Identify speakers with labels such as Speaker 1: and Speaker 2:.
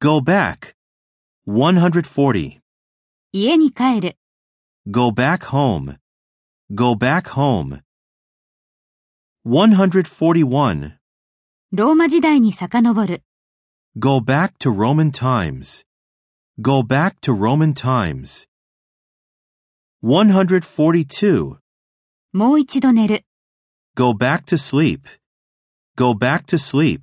Speaker 1: Go back. 140.
Speaker 2: 家に帰る、
Speaker 1: Go back home. Go back home. 141.
Speaker 2: ローマ時代に遡る、
Speaker 1: Go back to Roman times. Go back to Roman times. 142.
Speaker 2: もう一度寝る。
Speaker 1: Go back to sleep. Go back to sleep.